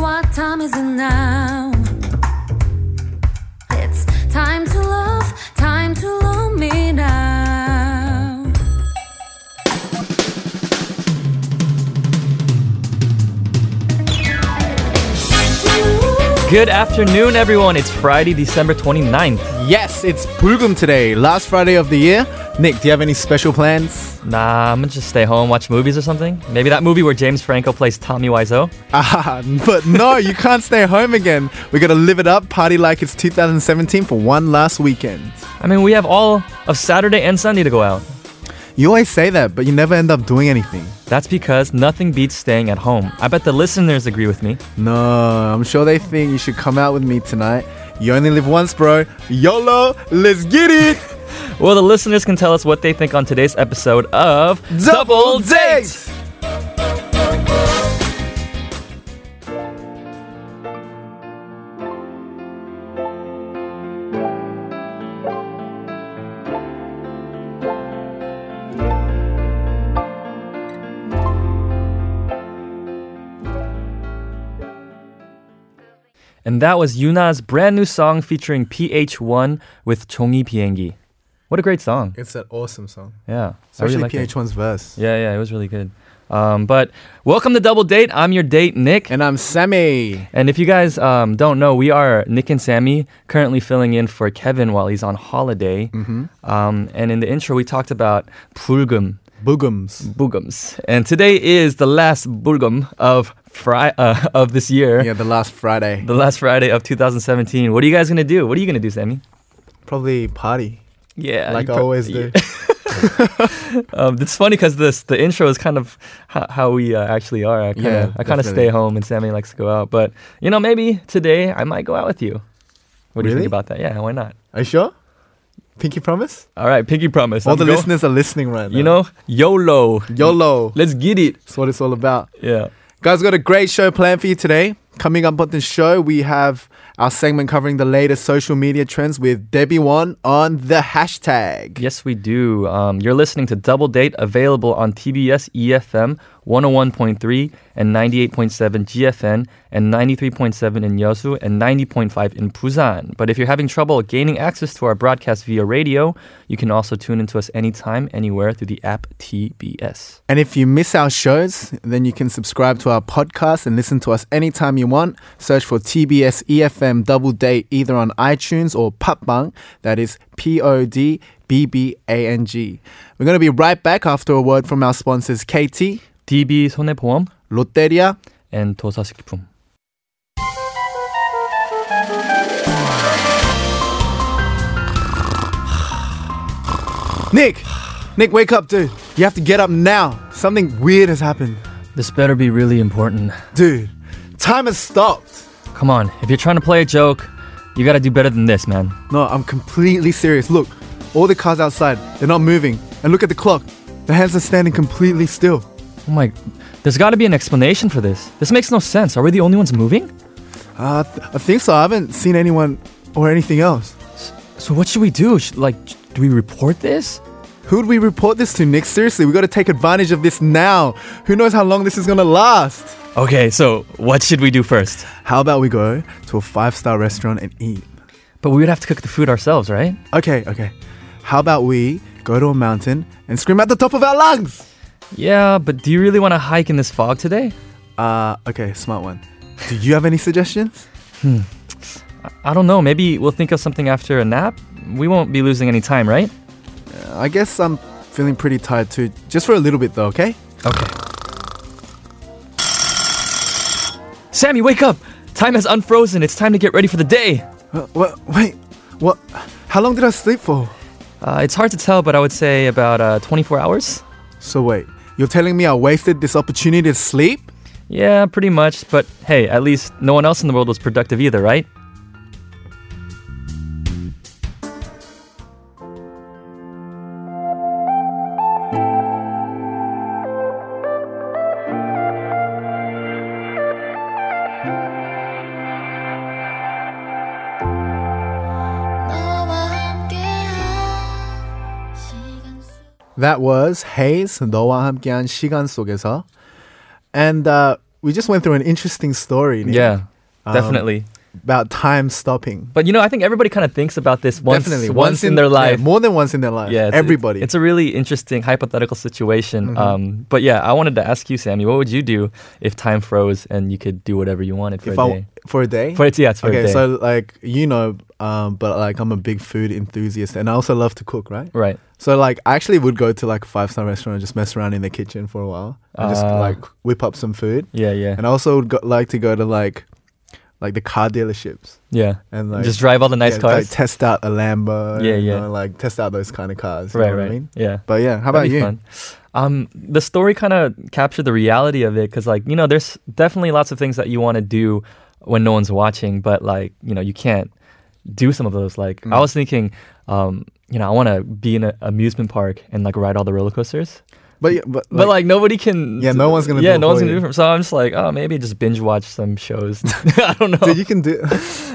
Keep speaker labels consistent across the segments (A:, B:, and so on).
A: What time is it now? It's time to love, time to love me now.
B: Good afternoon, everyone. It's Friday, December 29th.
C: Yes, it's Bulgum today, last Friday of the year. Nick, do you have any special plans?
B: Nah, I'm gonna just stay home, watch movies or something. Maybe that movie where James Franco plays Tommy Wiseau.
C: Ah, but no, you can't stay home again. We gotta live it up, party like it's 2017 for one last weekend.
B: I mean, we have all of Saturday and Sunday to go out.
C: You always say that, but you never end up doing anything.
B: That's because nothing beats staying at home. I bet the listeners agree with me.
C: No, I'm sure they think you should come out with me tonight. You only live once, bro. YOLO, let's get it!
B: Well, the listeners can tell us what they think on today's episode of And that was Yuna's brand new song featuring PH1 with 종이 비행기. What a great song.
C: It's an awesome song.
B: Yeah. I really
C: Especially
B: liked it.
C: PH1's verse.
B: Yeah, yeah, it was really good. Um, but welcome to Double Date. I'm your date, Nick.
C: And I'm Sammy.
B: And if you guys um, don't know, we are Nick and Sammy, currently filling in for Kevin while he's on holiday. Um, and in the intro, we talked about 불금,
C: Boogums.
B: 불gums. And today is the last 불금 of, fri- uh, of this year,
C: Yeah, the last Friday.
B: the last Friday of 2017. What are you guys going to do? What are you going to do, Sammy?
C: Probably party.
B: Yeah.
C: like
B: Uh, you
C: I
B: pro-
C: always do.
B: Um, it's funny because this the intro is kind of ho- how we uh, actually are. I kind of
C: Yeah,
B: I kind of
C: definitely.
B: stay home, and Sammy likes to go out. But you know, maybe today I might go out with you. What do you
C: Really?
B: think about that? Yeah, why not?
C: Are you sure? Pinky promise?
B: All right, pinky promise.
C: All
B: I'm
C: the
B: go-
C: listeners are listening right now.
B: you know, YOLO.
C: YOLO.
B: Let's get it.
C: That's what it's all about.
B: Yeah.
C: Guys, we've got a great show planned for you today. Coming up on the show, we have our segment covering the latest social media trends with Debbie Wan on the hashtag.
B: Yes, we do. Um, you're listening to Double Date, available on TBS EFM 101.3 and 98.7 GFN and 93.7 in Yeosu and 90.5 in Busan. But if you're having trouble gaining access to our broadcast via radio, you can also tune into us anytime, anywhere through the app TBS.
C: And if you miss our shows, then you can subscribe to our podcast and listen to us anytime you want. Search for TBS EFM E Double Date either on iTunes or Popbang. That is P O D B B A N G. We're going to be right back after a word from our sponsors KT,
B: DB 손해보험
C: Lotteria,
B: and 도서식품.
C: Nick, Nick, wake up, dude. You have to get up now. Something weird has happened.
B: This better be really important.
C: Dude, time has stopped.
B: Come on, if you're trying to play a joke, you gotta do better than this, man.
C: No, I'm completely serious. Look, all the cars outside, they're not moving. And look at the clock. The hands are standing completely still.
B: Oh my, there's got to be an explanation for this. This makes no sense. Are we the only ones moving?
C: Uh, th- I think so. I haven't seen anyone or anything else.
B: So what should we do? Should, like, j- do we report this?
C: Who would we report this to, Nick? Seriously, we gotta take advantage of this now. Who knows how long this is gonna last?
B: Okay, so what should we do first?
C: How about we go to a five star restaurant and eat?
B: But we would have to cook the food ourselves, right?
C: Okay, okay. How about we go to a mountain and scream at the top of our lungs?
B: Yeah, but do you really want to hike in this fog today?
C: Uh, okay, smart one. Do you have any suggestions?
B: I don't know. Maybe we'll think of something after a nap. We won't be losing any time, right?
C: I guess I'm feeling pretty tired too. Just for a little bit though, okay?
B: Okay. Sammy, wake up! Time has unfrozen. It's time to get ready for the day.
C: Uh, wha- wait, what? How long did I sleep for?
B: Uh, it's hard to tell, but I would say about uh, 24 hours.
C: So wait, you're telling me I wasted this opportunity to sleep?
B: Yeah, pretty much. But hey, at least no one else in the world was productive either, right?
C: That was Hayes 너와 함께한 시간 속에서, and uh, we just went through an interesting story. Nick.
B: Yeah. Definitely.
C: about time stopping.
B: But you know, I think everybody kind of thinks about this once,
C: Definitely,
B: once, in, their
C: yeah,
B: life.
C: more than once in their life.
B: Yeah, it's-
C: everybody. Mm-hmm.
B: It's, it's a really interesting hypothetical situation. Um, but yeah, I wanted to ask you, Sammy, what would you do if time froze and you could do whatever you wanted for
C: if
B: a
C: I
B: day?
C: for a day.
B: For it's yeah, it's for a
C: okay,
B: day.
C: so like you know, um, but like I'm a big food enthusiast, and I also love to cook, right?
B: right.
C: So like I actually would go to like a five star restaurant and just mess around in the kitchen for a while and just
B: Ah.
C: like whip up some food.
B: Yeah, yeah,
C: And I also would go, like to go to like like the car dealerships
B: yeah.
C: and like
B: Just drive all the nice
C: yeah, like,
B: cars.
C: test out a Lambo.
B: Yeah,
C: you
B: yeah.
C: know, like test out those kind of cars. You
B: right,
C: know
B: right.
C: What I mean?
B: Yeah.
C: But yeah, how about
B: That'd be
C: you?
B: Fun. Um, the story kind of captured the reality of it because, like, you know, there's definitely lots of things that you want to do when no one's watching, but like, you know, you can't do some of those. Like,
C: Mm.
B: I was thinking, um, you know, I want to be in an amusement park and like ride all the roller coasters,
C: But yeah, but,
B: but like nobody can.
C: Yeah, no one's gonna do
B: Yeah,
C: it
B: no one's
C: for
B: gonna do
C: you.
B: it. So I'm just like, oh, maybe just binge watch some shows. I don't know.
C: dude, you can do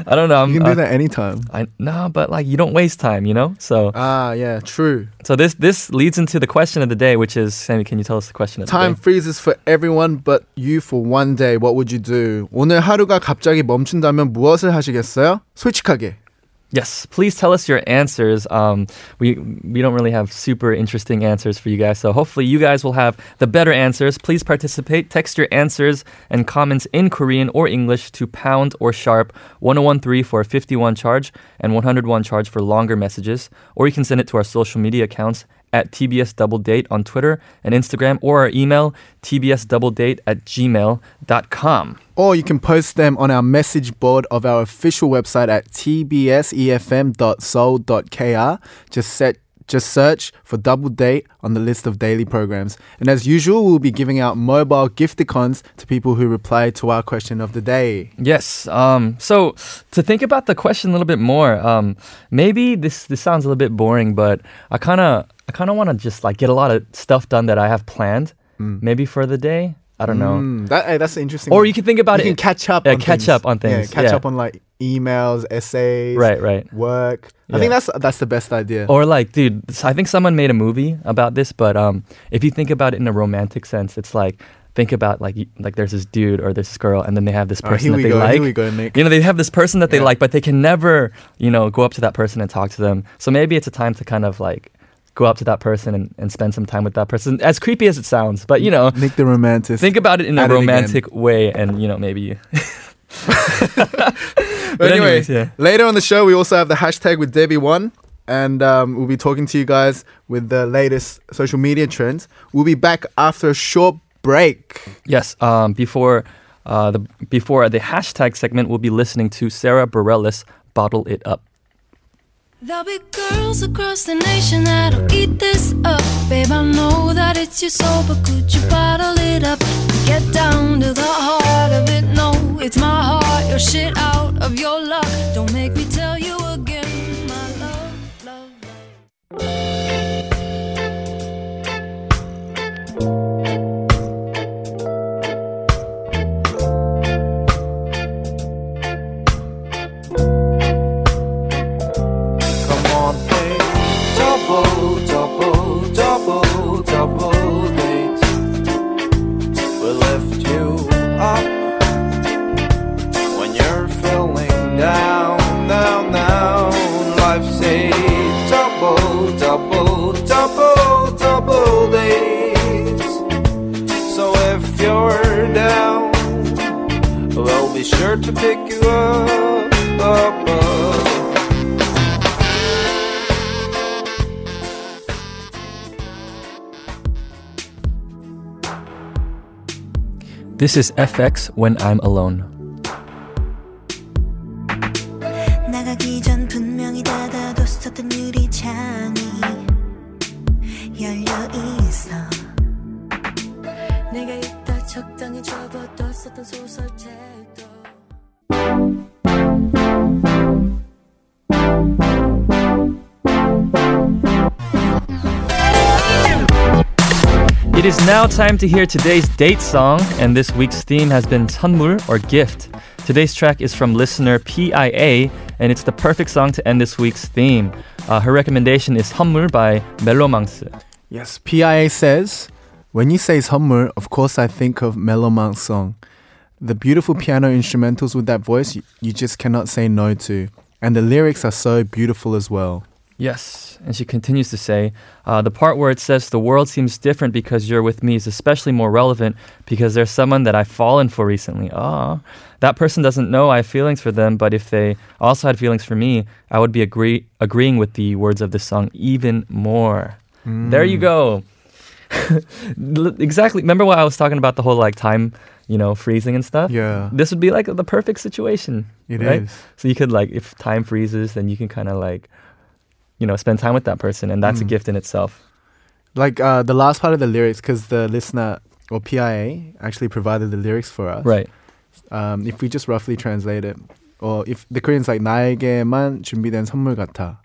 B: I don't know. I'm,
C: you
B: uh,
C: can do that anytime.
B: I, no, but like you don't waste time, you know. So,
C: Ah, yeah, true.
B: so this this leads into the question of the day, which is Sammy. Can you tell us the question of the
C: Time
B: day?
C: freezes for everyone but you for one day. What would you do? 오늘 하루가 갑자기 멈춘다면 무엇을 하시겠어요? 솔직하게.
B: Yes, please tell us your answers. Um, we we don't really have super interesting answers for you guys, so hopefully you guys will have the better answers. Please participate. Text your answers and comments in Korean or English to pound or sharp 1013 for a 51 charge and 101 charge for longer messages, or you can send it to our social media accounts at TBS Double Date on Twitter and Instagram, or our email tbsdoubledate at gmail.com.
C: Or you can post them on our message board of our official website at tbsefm.soul.kr. Just set just search for Double Date on the list of daily programs. And as usual, we'll be giving out mobile gifticons to people who reply to our question of the day.
B: Yes. Um, so to think about the question a little bit more, um, maybe this this sounds a little bit boring, but I kind of I kind of want to just like get a lot of stuff done that I have planned, maybe for the day. I don't know.
C: Mm, that, hey, that's an interesting.
B: Or
C: one.
B: you can think about
C: you
B: it.
C: can catch up.
B: Yeah,
C: on
B: catch
C: things.
B: up on things,
C: Yeah, catch
B: yeah.
C: up on like emails, essays,
B: right, right.
C: work. I
B: Yeah.
C: think that's that's the best idea.
B: Or like, dude, s- I think someone made a movie about this, but um, if you think about it in a romantic sense, it's like think about like y- like there's this dude or this girl, and then they have this
C: All right,
B: person that
C: here we
B: they
C: go.
B: like.
C: Here we go, Nick.
B: You know, they have this person that they
C: Yeah.
B: like, but they can never, you know, go up to that person and talk to them. So maybe it's a time to kind of like go up to that person and, and spend some time with that person. As creepy as it sounds, but you know,
C: Nick the romantic.
B: think about it in a
C: At it again.
B: romantic way and, you know, maybe.
C: But
B: But
C: anyway,
B: anyways, yeah.
C: later on the show, we also have the hashtag with Debbie One, and um, we'll be talking to you guys with the latest social media trends. We'll be back after a short break.
B: Yes, um, before, uh, the, before the hashtag segment, we'll be listening to Sarah Bareilles Bottle It Up.
A: There'll be girls across the nation that'll eat this up. Babe, I know that it's your soul, but could you bottle it up? Get down to the heart of it. No, it's my heart. Your shit out of your luck. Don't make me tell you again, my love, love, love.
D: Come on, babe. Double, double, double, double date. We lift you up when you're feeling down, down, down. Life's a double, double, double, double date. So if you're down, we'll be sure to pick you up, up, up.
B: This is FX When I'm Alone.
E: 나가기 전 분명히 닫아뒀었던 유리창이 열려 있어
A: 내가 읽다 적당히 접어뒀었던 소설책도
B: It is now time to hear today's date song, and this week's theme has been 선물 or gift. Today's track is from listener PIA, and it's the perfect song to end this week's theme. Uh, her recommendation is 선물 by Melomangs.
C: Yes, PIA says, when you say Hummer, of course I think of Mellow Monk's song. the beautiful piano instrumentals with that voice, you, you just cannot say no to. And the lyrics are so beautiful as well.
B: Yes. And she continues to say, uh, the part where it says the world seems different because you're with me is especially more relevant because there's someone that I've fallen for recently. Ah, that person doesn't know I have feelings for them, but if they also had feelings for me, I would be agree- agreeing with the words of this song even more. There you
C: Mm.
B: go. L- exactly. Remember what I was talking about the whole like time, you know, freezing and stuff?
C: Yeah.
B: This would be like the perfect situation.
C: It
B: It is.
C: is.
B: So you could like if time freezes, then you can kind of like, you know, spend time with that person, and
C: Mm.
B: that's a gift in itself.
C: Like uh, the last part of the lyrics, because the listener or PIA actually provided the lyrics for us.
B: Right.
C: Um, if we just roughly translate it, or if the Korean's like 나에게만 준비된 선물 같아.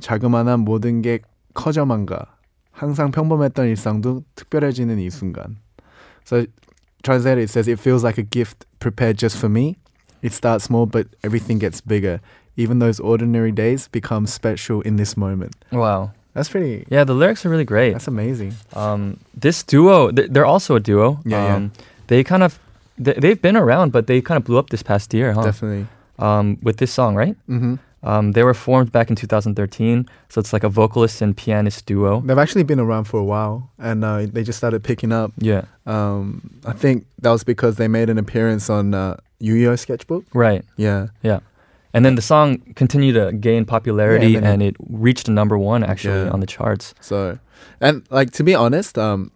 C: 자그마한 모든 게 커져만 가. 항상 평범했던 일상도 특별해지는 이 순간. So translated, it says it feels like a gift prepared just for me. It starts small, but everything gets bigger. Even those ordinary days become special in this moment.
B: Wow.
C: That's pretty.
B: Yeah, the lyrics are really great.
C: That's amazing.
B: Um, this duo, th- they're also a duo.
C: Yeah, yeah.
B: um, They kind of, they- they've been around, but they kind of blew up this past year, huh?
C: Definitely.
B: Um, with this song, right?
C: hmm
B: Um, they were formed back in 2013, so it's like a vocalist and pianist duo.
C: They've actually been around for a while, and uh, they just started picking up.
B: Yeah.
C: Um, I think that was because they made an appearance on uh, Yu-Gi-Oh sketchbook.
B: Right.
C: Yeah,
B: Yeah. And then the song continued to gain popularity
C: Yeah, and
B: and it reached number one actually
C: Yeah.
B: on the charts.
C: so and like to be honest, um,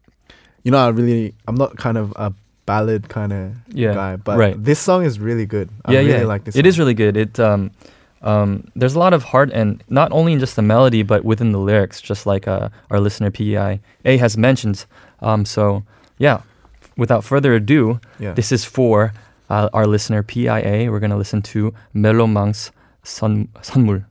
C: you know, I really I'm not kind of a ballad kind of
B: Yeah,
C: guy, but
B: right.
C: this song is really good. I
B: yeah, yeah.
C: really like this.
B: It
C: song.
B: is really good. It um, um, there's a lot of heart and not only in just the melody but within the lyrics, just like uh, our listener PEI A has mentioned. Um, so yeah, without further ado,
C: Yeah.
B: this is for uh, our listener PIA. We're gonna listen to Melomang's Sun 선물.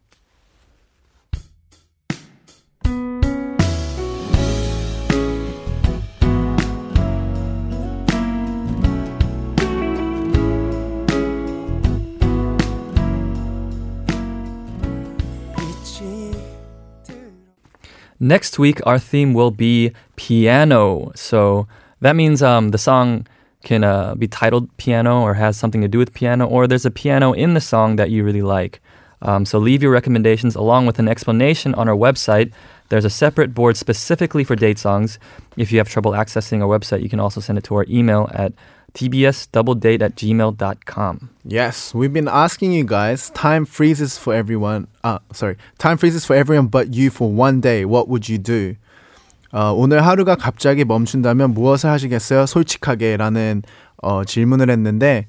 B: Next week, our theme will be piano. So that means um, the song can uh, be titled piano or has something to do with piano, or there's a piano in the song that you really like. Um, so leave your recommendations along with an explanation on our website. There's a separate board specifically for date songs. If you have trouble accessing our website, you can also send it to our email at tbsdoubledate at gmail.com.
C: Yes, we've been asking you guys. Time freezes for everyone. Ah, sorry. Time freezes for everyone but you for one day. What would you do? 어, 오늘 하루가 갑자기 멈춘다면 무엇을 하시겠어요? 솔직하게라는 어, 질문을 했는데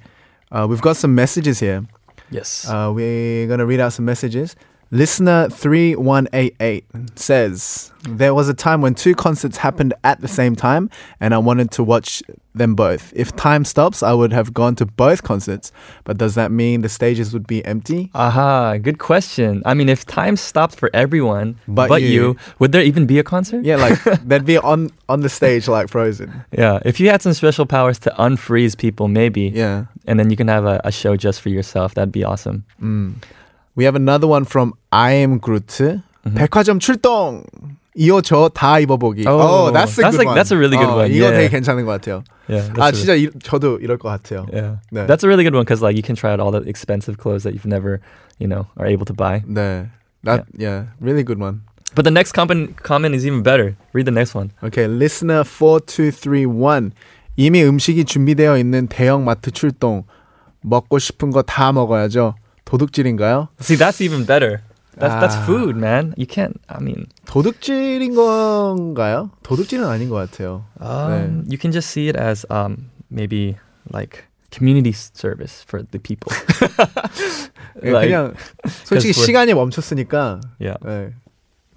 C: uh, we've got some messages here.
B: Yes.
C: Uh, we're gonna read out some messages. Listener 3188 says, There was a time when two concerts happened at the same time, and I wanted to watch them both. If time stops, I would have gone to both concerts, but does that mean the stages would be empty?
B: Aha, good question. I mean, if time stopped for everyone
C: But
B: but,
C: you.
B: you, would there even be a concert?
C: Yeah, like they'd be on, on the stage like frozen.
B: Yeah, if you had some special powers to unfreeze people, maybe.
C: Yeah.
B: And then you can have a, a show just for yourself. That'd be awesome.
C: We have another one from I am Groot.
B: Mm-hmm.
C: 백화점 출동! 이어 저다 입어보기. Oh,
B: Oh,
C: that's a
B: that's
C: good
B: like-
C: one.
B: that's a really good
C: 어,
B: one.
C: 이거
B: Yeah.
C: 되게 괜찮은 것 같아요.
B: Yeah.
C: 아
B: that's
C: 진짜 이, 저도 이럴 것 같아요.
B: a, yeah.
C: 네.
B: That's a really good one because like you can try out all the expensive clothes that you've never, you know, are able to buy.
C: 네. That yeah. really good one.
B: But the next comment comment is even better. Read the next one.
C: Okay, listener 4231. 이미 음식이 준비되어 있는 대형 마트 출동. 먹고 싶은 거 다 먹어야죠. 도둑질인가요?
B: See, that's even better. That's that's
C: Ah.
B: food, man. You can't. I mean,
C: 도둑질인 건가요? 도둑질은 아닌 것 같아요.
B: um, you can just see it as um, maybe like community s- service for the people.
C: 예,
B: like-
C: 그냥
B: Because
C: 솔직히
B: we're-
C: 시간이 멈췄으니까
B: Yeah.
C: 예,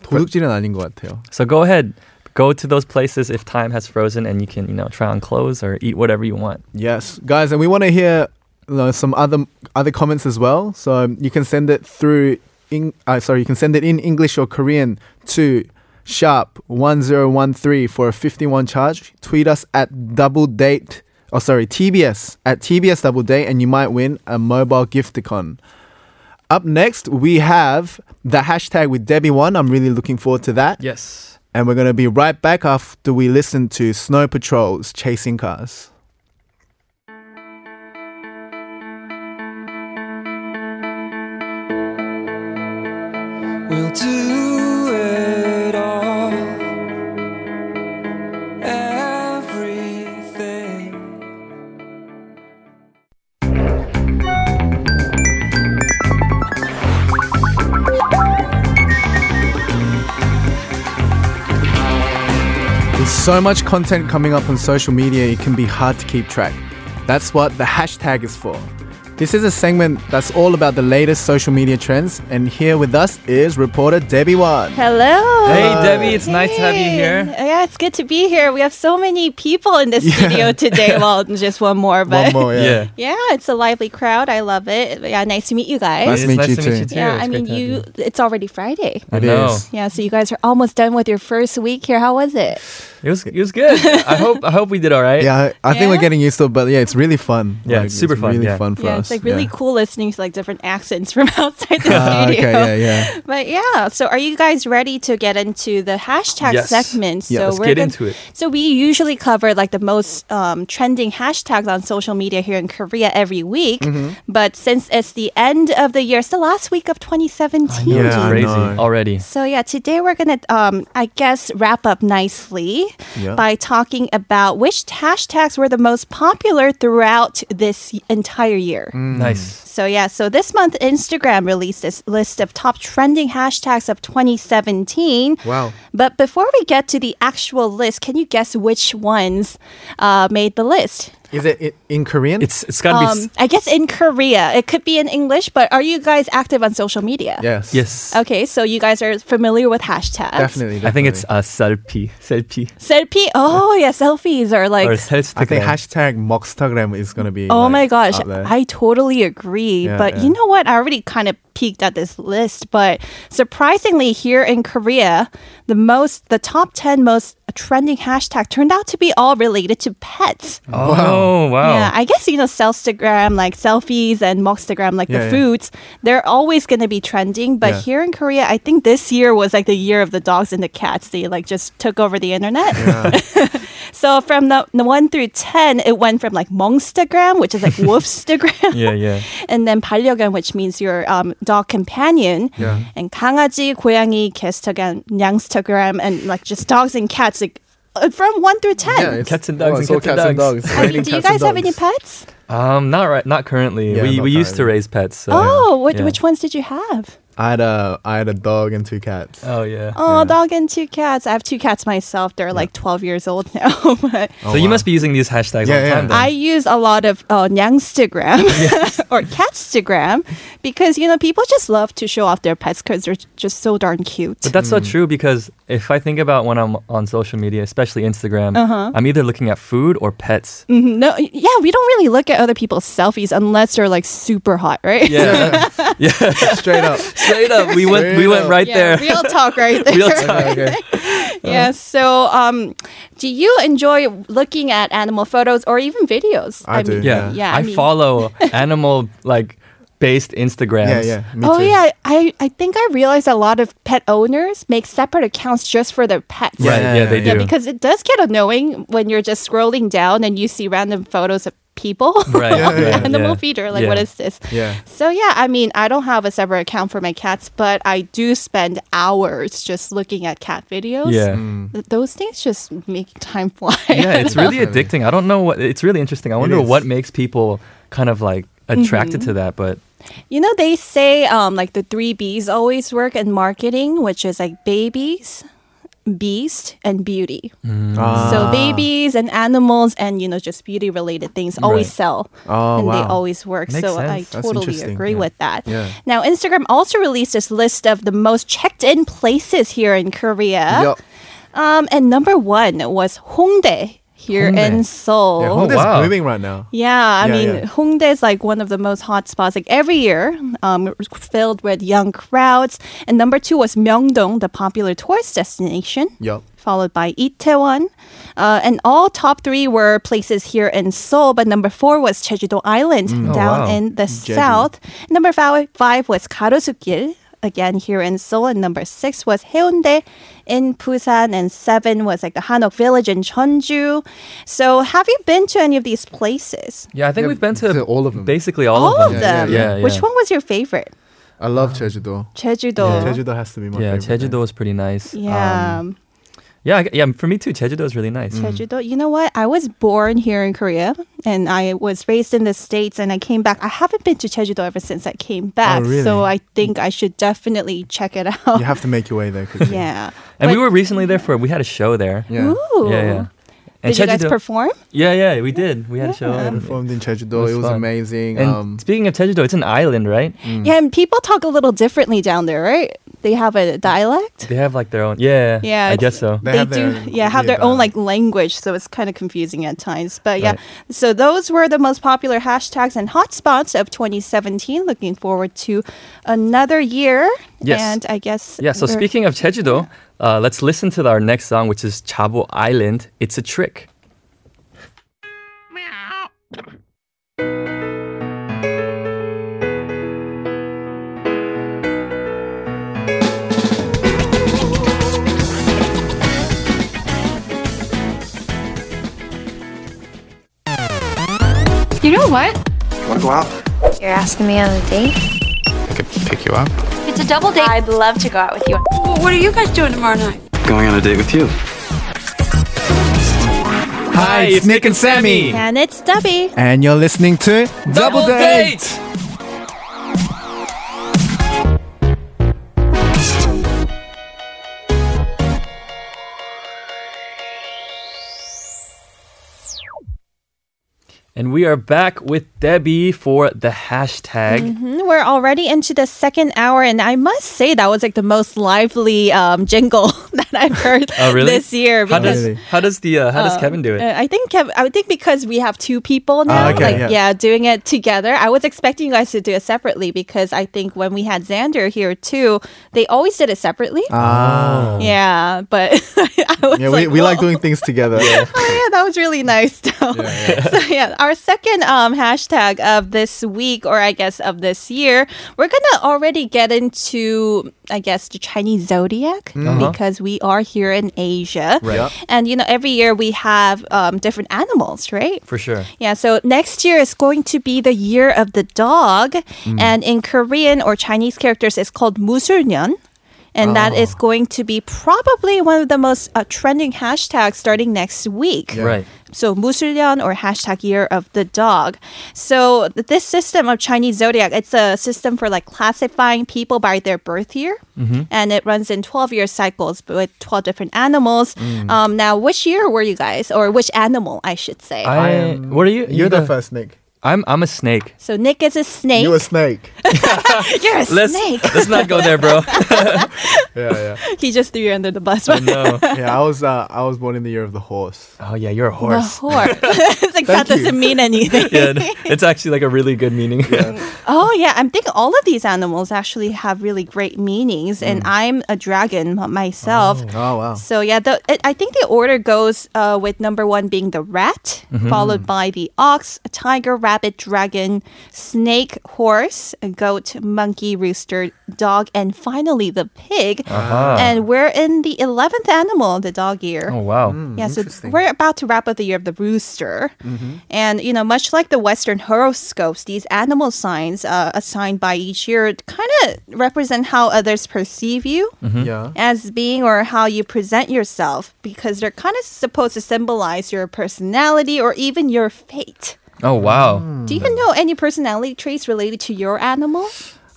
C: 도둑질은 아닌 것 같아요.
B: So go ahead, go to those places if time has frozen, and you can you know try on clothes or eat whatever you want.
C: Yes, guys, and we want to hear you know, some other other comments as well. So um, you can send it through. In, uh, sorry, you can send it in English or Korean to sharp one zero one three for a fifty one charge. Tweet us at double date. Oh, sorry, TBS at TBS double date, and you might win a mobile gifticon. Up next, we have the hashtag with Debbie One. I'm really looking forward to that,
B: Yes.
C: and we're gonna be right back after we listen to Snow Patrol's Chasing Cars.
D: We'll do it all. Everything.
C: With so much content coming up on social media, it can be hard to keep track. That's what the hashtag is for. This is a segment that's all about the latest social media trends, and here with us is reporter Debbie Ward.
F: Hello.
B: Hey, Debbie, it's nice to have you here.
F: Yeah, it's good to be here. We have so many people in this
C: Yeah.
F: studio today. Well, just one more,
C: One
F: but
C: more, yeah.
B: Yeah.
F: yeah, it's a lively crowd. I love it. Yeah, nice to meet you guys.
C: Nice to
B: It's
C: meet you too.
F: yeah,
B: It's
F: I
B: great
F: mean,
B: to have
F: you. It's already Friday.
B: I
C: It
B: know.
C: is.
F: Yeah, so you guys are almost done with your first week here. How was it?
B: It was it was good. I hope I hope we did all right.
C: Yeah, I, I think we're
F: Yeah?
C: getting used to it, but yeah, it's really fun.
B: Yeah, it's super fun,
C: Really
B: yeah.
C: fun for
F: yeah,
C: us.
F: it's like really
C: yeah.
F: cool listening to like different accents from outside the
C: Ah,
F: studio.
C: okay, yeah, yeah.
F: But yeah, so are you guys ready to get into the hashtag
B: Yes.
F: segment?
B: Yeah,
F: so
B: let's
F: we're
B: get
F: gon-
B: into it.
F: So we usually cover like the most um, trending hashtags on social media here in Korea every week.
C: Mm-hmm.
F: But since it's the end of the year, it's the last week of 2017.
C: know,
B: It's
C: Yeah, I
B: crazy
C: know.
B: already.
F: So yeah, today we're gonna, um, I guess, wrap up nicely
C: Yeah.
F: by talking about which hashtags were the most popular throughout this entire year.
C: Mm.
B: Nice.
F: So yeah, so this month Instagram released this list of top trending hashtags of 2017.
C: Wow.
F: But before we get to the actual list, can you guess which ones uh, made the list?
C: Is it i- in Korean?
B: It's it's gotta be s-
F: Um, I guess in Korea, it could be in English. But are you guys active on social media?
C: yes.
B: yes.
F: Okay, so you guys are familiar with hashtags.
C: Definitely,
B: I think it's uh, selfie,
C: definitely.
B: selfie,
F: Selfie. Oh yeah, selfies are like
B: or selfie.
C: I think hashtag Moxtagram is going to be.
F: Oh
C: like,
F: my gosh,
C: up there.
F: I totally agree.
C: Yeah,
F: but
C: yeah.
F: you know what? I already kind of peeked at this list, but surprisingly, here in Korea, the most, the top 10 most trending hashtag turned out to be all related to pets.
B: Oh wow.
F: Yeah, I guess, you know, Selfstagram, like selfies and Moxtagram, like
C: Yeah,
F: the
C: yeah.
F: foods, they're always going to be trending. But
C: Yeah.
F: here in Korea, I think this year was like the year of the dogs and the cats. They like just took over the internet. so from the, the 1 through 10, it went from like Mongstagram, which is like Wolfstagram.
B: yeah, yeah.
F: And then 반려견, which means your um, dog companion.
C: Yeah.
F: And 강아지, 고양이, 개스터견, 냥스터gram, and like just dogs and cats, like uh, from one through ten.
C: Yeah, it's-
B: Cats and dogs
C: oh,
B: and
C: it's all
B: cats and dogs.
F: I mean, do you
C: Cats and
F: guys have any
C: dogs.
F: pets?
B: Um, not right, not currently.
C: Yeah,
B: we
C: not
B: we used to
C: currently.
B: raise pets. So,
F: Oh, which,
B: yeah.
F: which ones did you have?
C: I had a I had a dog and two cats.
B: Oh yeah.
F: Oh, dog and two cats. I have two cats myself. They're like 12 years old now. but
B: so you must be using these hashtags all
C: Oh, Yeah,
B: the
C: yeah.
B: time. Then.
F: I use a lot of uh, Nyangstagram or Catstagram because, you know, people just love to show off their pets because they're just so darn cute.
B: but that's
C: Mm.
B: so true because if I think about when I'm on social media, especially Instagram,
F: Uh-huh.
B: I'm either looking at food or pets.
F: Mhm. No, yeah, we don't really look at other people's selfies unless they're like super hot, right?
B: Yeah,
C: Straight up.
B: straight up, we went we
C: Straight
B: went
C: up.
B: right
F: Yeah,
B: there.
F: real talk right there.
B: Real talk.
C: Okay, okay.
F: Yeah. So, um, do you enjoy looking at animal photos or even videos?
C: I do,
B: Yeah,
F: yeah.
B: I,
F: I mean-
B: follow animal like based Instagrams.
C: Yeah, yeah. Me
F: oh
C: too.
F: yeah, I I think I realized a lot of pet owners make separate accounts just for their pets.
B: Right. Yeah,
C: Yeah,
B: they
C: yeah,
F: Yeah,
B: do.
F: because it does get annoying when you're just scrolling down and you see random photos of people.
B: Right,
F: on the
B: yeah,
F: animal
B: yeah.
F: feeder. Like,
B: Yeah.
F: what is this?
C: Yeah.
F: So yeah, I mean, I don't have a separate account for my cats, but I do spend hours just looking at cat videos.
B: yeah.
C: Mm.
F: Th- Those things just make time fly.
B: yeah, it's really
C: Definitely.
B: addicting. I don't know what it's really interesting. I wonder
C: is.
B: what makes people kind of like
F: Mm-hmm.
B: attracted to that, but
F: You know, they say um, like the three B's always work in marketing, which is like babies, beast, and beauty.
C: Mm. Ah. Uh,
F: So babies and animals and you know just beauty related things always
B: Right.
F: sell.
C: Oh,
F: and they
C: wow.
F: always work.
B: Makes
F: so
B: sense.
F: I
C: That's
F: totally
C: interesting,
F: agree
C: yeah.
F: with that.
C: Yeah.
F: Now Instagram also released this list of the most checked in places here in Korea.
C: Yup.
F: Um, and number one was Hongdae here
B: Hongdae.
F: in Seoul.
C: Yeah, Hongdae's
B: wow.
C: booming right now.
F: Yeah, I
C: Yeah,
F: mean,
C: yeah.
F: Hongdae is like one of the most hot spots. Like every year, um, filled with young crowds. And number two was Myeongdong, the popular tourist destination.
C: Yup.
F: Followed by Itaewon, uh, and all top three were places here in Seoul. But number four was Jeju-do Island down
B: wow.
F: in the
C: Mm. Oh, Jeju.
F: south. Number five, five was Garosu-gil again here in Seoul, and number six was Haeundae in Busan, and seven was like the Hanok Village in Jeonju. So, have you been to any of these places?
B: yeah, I think
C: Yeah,
B: we've been to,
C: to all of them.
B: Basically all,
F: All
B: of
F: of
B: them.
F: them.
C: yeah,
B: Yeah, yeah.
F: Which one was your favorite?
C: I love Jeju-do.
F: 제주도.
C: Yeah, Jeju-do has to be my
B: yeah,
C: favorite. name.
B: Jeju-do is pretty nice.
F: Yeah.
B: Um, yeah, I- yeah. For me too, Jeju-do is really nice.
F: Jeju-do. You know what? I was born here in Korea and I was raised in the States and I came back. I haven't been to Jeju-do ever since I
B: Oh,
F: came back.
C: really?
F: So I think I should definitely check it out.
C: You have to make your way there quickly.
F: yeah.
B: Mm. And we
F: But-
B: were recently there for we had a show there.
C: Yeah.
F: Ooh.
B: Yeah, yeah. And
F: Did you guys
B: Jeju-do-
F: perform?
B: Yeah, yeah, we did. We had a show.
C: I
B: And,
C: performed in Jeju-do. It
B: It
C: was,
B: was fun.
C: amazing.
B: and
C: um, Mm.
B: speaking of Jeju-do, it's an island, right?
F: Yeah, and people talk a little differently down there, right? They have a dialect.
B: They have like their own. Yeah, I
F: Yeah, it's-
B: guess so.
C: They
F: They,
C: have
F: do,
C: their-
F: yeah, have
C: yeah,
F: their own
C: dialect.
F: like language, so it's kind of confusing at times. But yeah,
B: Right.
F: so those were the most popular hashtags and hotspots of 2017. Looking forward to another year.
B: Yes.
F: and I guess
B: Yeah. So
F: we're-
B: speaking of Jeju-do, uh, let's listen to our next song, which is Chabo Island. It's a trick.
G: You know what?
H: Want to go out?
I: You're asking me on a date?
H: I could pick you up.
I: It's a double date. I'd love to go out with you.
G: What are you guys doing tomorrow night?
H: Going on a date with you.
C: Hi, it's Nick and Sammy.
F: and it's Debbie.
C: And you're listening to Double, Date.
B: And we are back with Debbie for the hashtag.
F: Mhm, We're already into the second hour, and I must say that was like the most lively um, jingle that I've heard
B: Oh, really?
F: this year.
B: How
F: because-
B: does how does the uh, how does Kevin do it?
F: Uh, I think Kev- I think because we have two people now,
C: Ah, okay,
F: like
C: yeah.
F: yeah. doing it together. I was expecting you guys to do it separately because I think when we had Xander here too, they always did it separately.
C: Ah.
F: Yeah, but I was
C: Yeah, we,
F: like,
C: we like
F: "Whoa."
C: doing things together.
F: Oh yeah, that was really nice. Though. So yeah, our second um, hashtag of this week, or I guess of this year, we're gonna already get into I guess the Chinese zodiac because we are here in Asia,
C: Right.
F: and you know every year we have um, different animals, right?
B: For sure.
F: Yeah, so next year is going to be the year of the dog, and in Korean or Chinese characters, it's called 무술년. And that is going to be probably one of the most uh, trending hashtags starting next week.
B: Right.
F: So 무술년 or hashtag year of the dog. So th- this system of Chinese zodiac, it's a system for like classifying people by their birth year, and it runs in twelve year cycles with twelve different animals. Um, now, which year were you guys, or which animal, I should say?
B: I,
C: am-
B: what are you?
C: You're the first, Nick.
B: I'm I'm a snake.
F: so Nick is a snake.
C: You're a snake.
F: You're a
B: Let's
F: snake.
B: let's not go there, bro.
C: yeah, yeah.
F: he just threw you under the bus. but
B: no.
C: Yeah, I was uh, I was born in the year of the horse.
B: Oh yeah, you're a
F: The
B: horse.
F: whore. it's like that
C: Thank you.
F: doesn't mean anything.
B: yeah, it's actually like a really good meaning.
F: Oh yeah, I'm thinking all of these animals actually have really great meanings, and I'm a dragon m- myself.
C: Oh wow.
F: So yeah, the, it, I think the order goes uh, with number one being the rat, followed by the ox, tiger, rabbit, dragon, snake, horse, goat, monkey, rooster, dog, and finally the pig. And we're in the eleventh animal, the dog year.
B: Oh wow.
F: Yeah, so we're about to wrap up the year of the rooster. And, you know, much like the Western horoscopes, these animal signs uh, assigned by each year kind of represent how others perceive you
C: Yeah.
F: as being or how you present yourself because they're kind of supposed to symbolize your personality or even your fate.
B: Oh wow.
F: Do you know any personality traits related to your animal?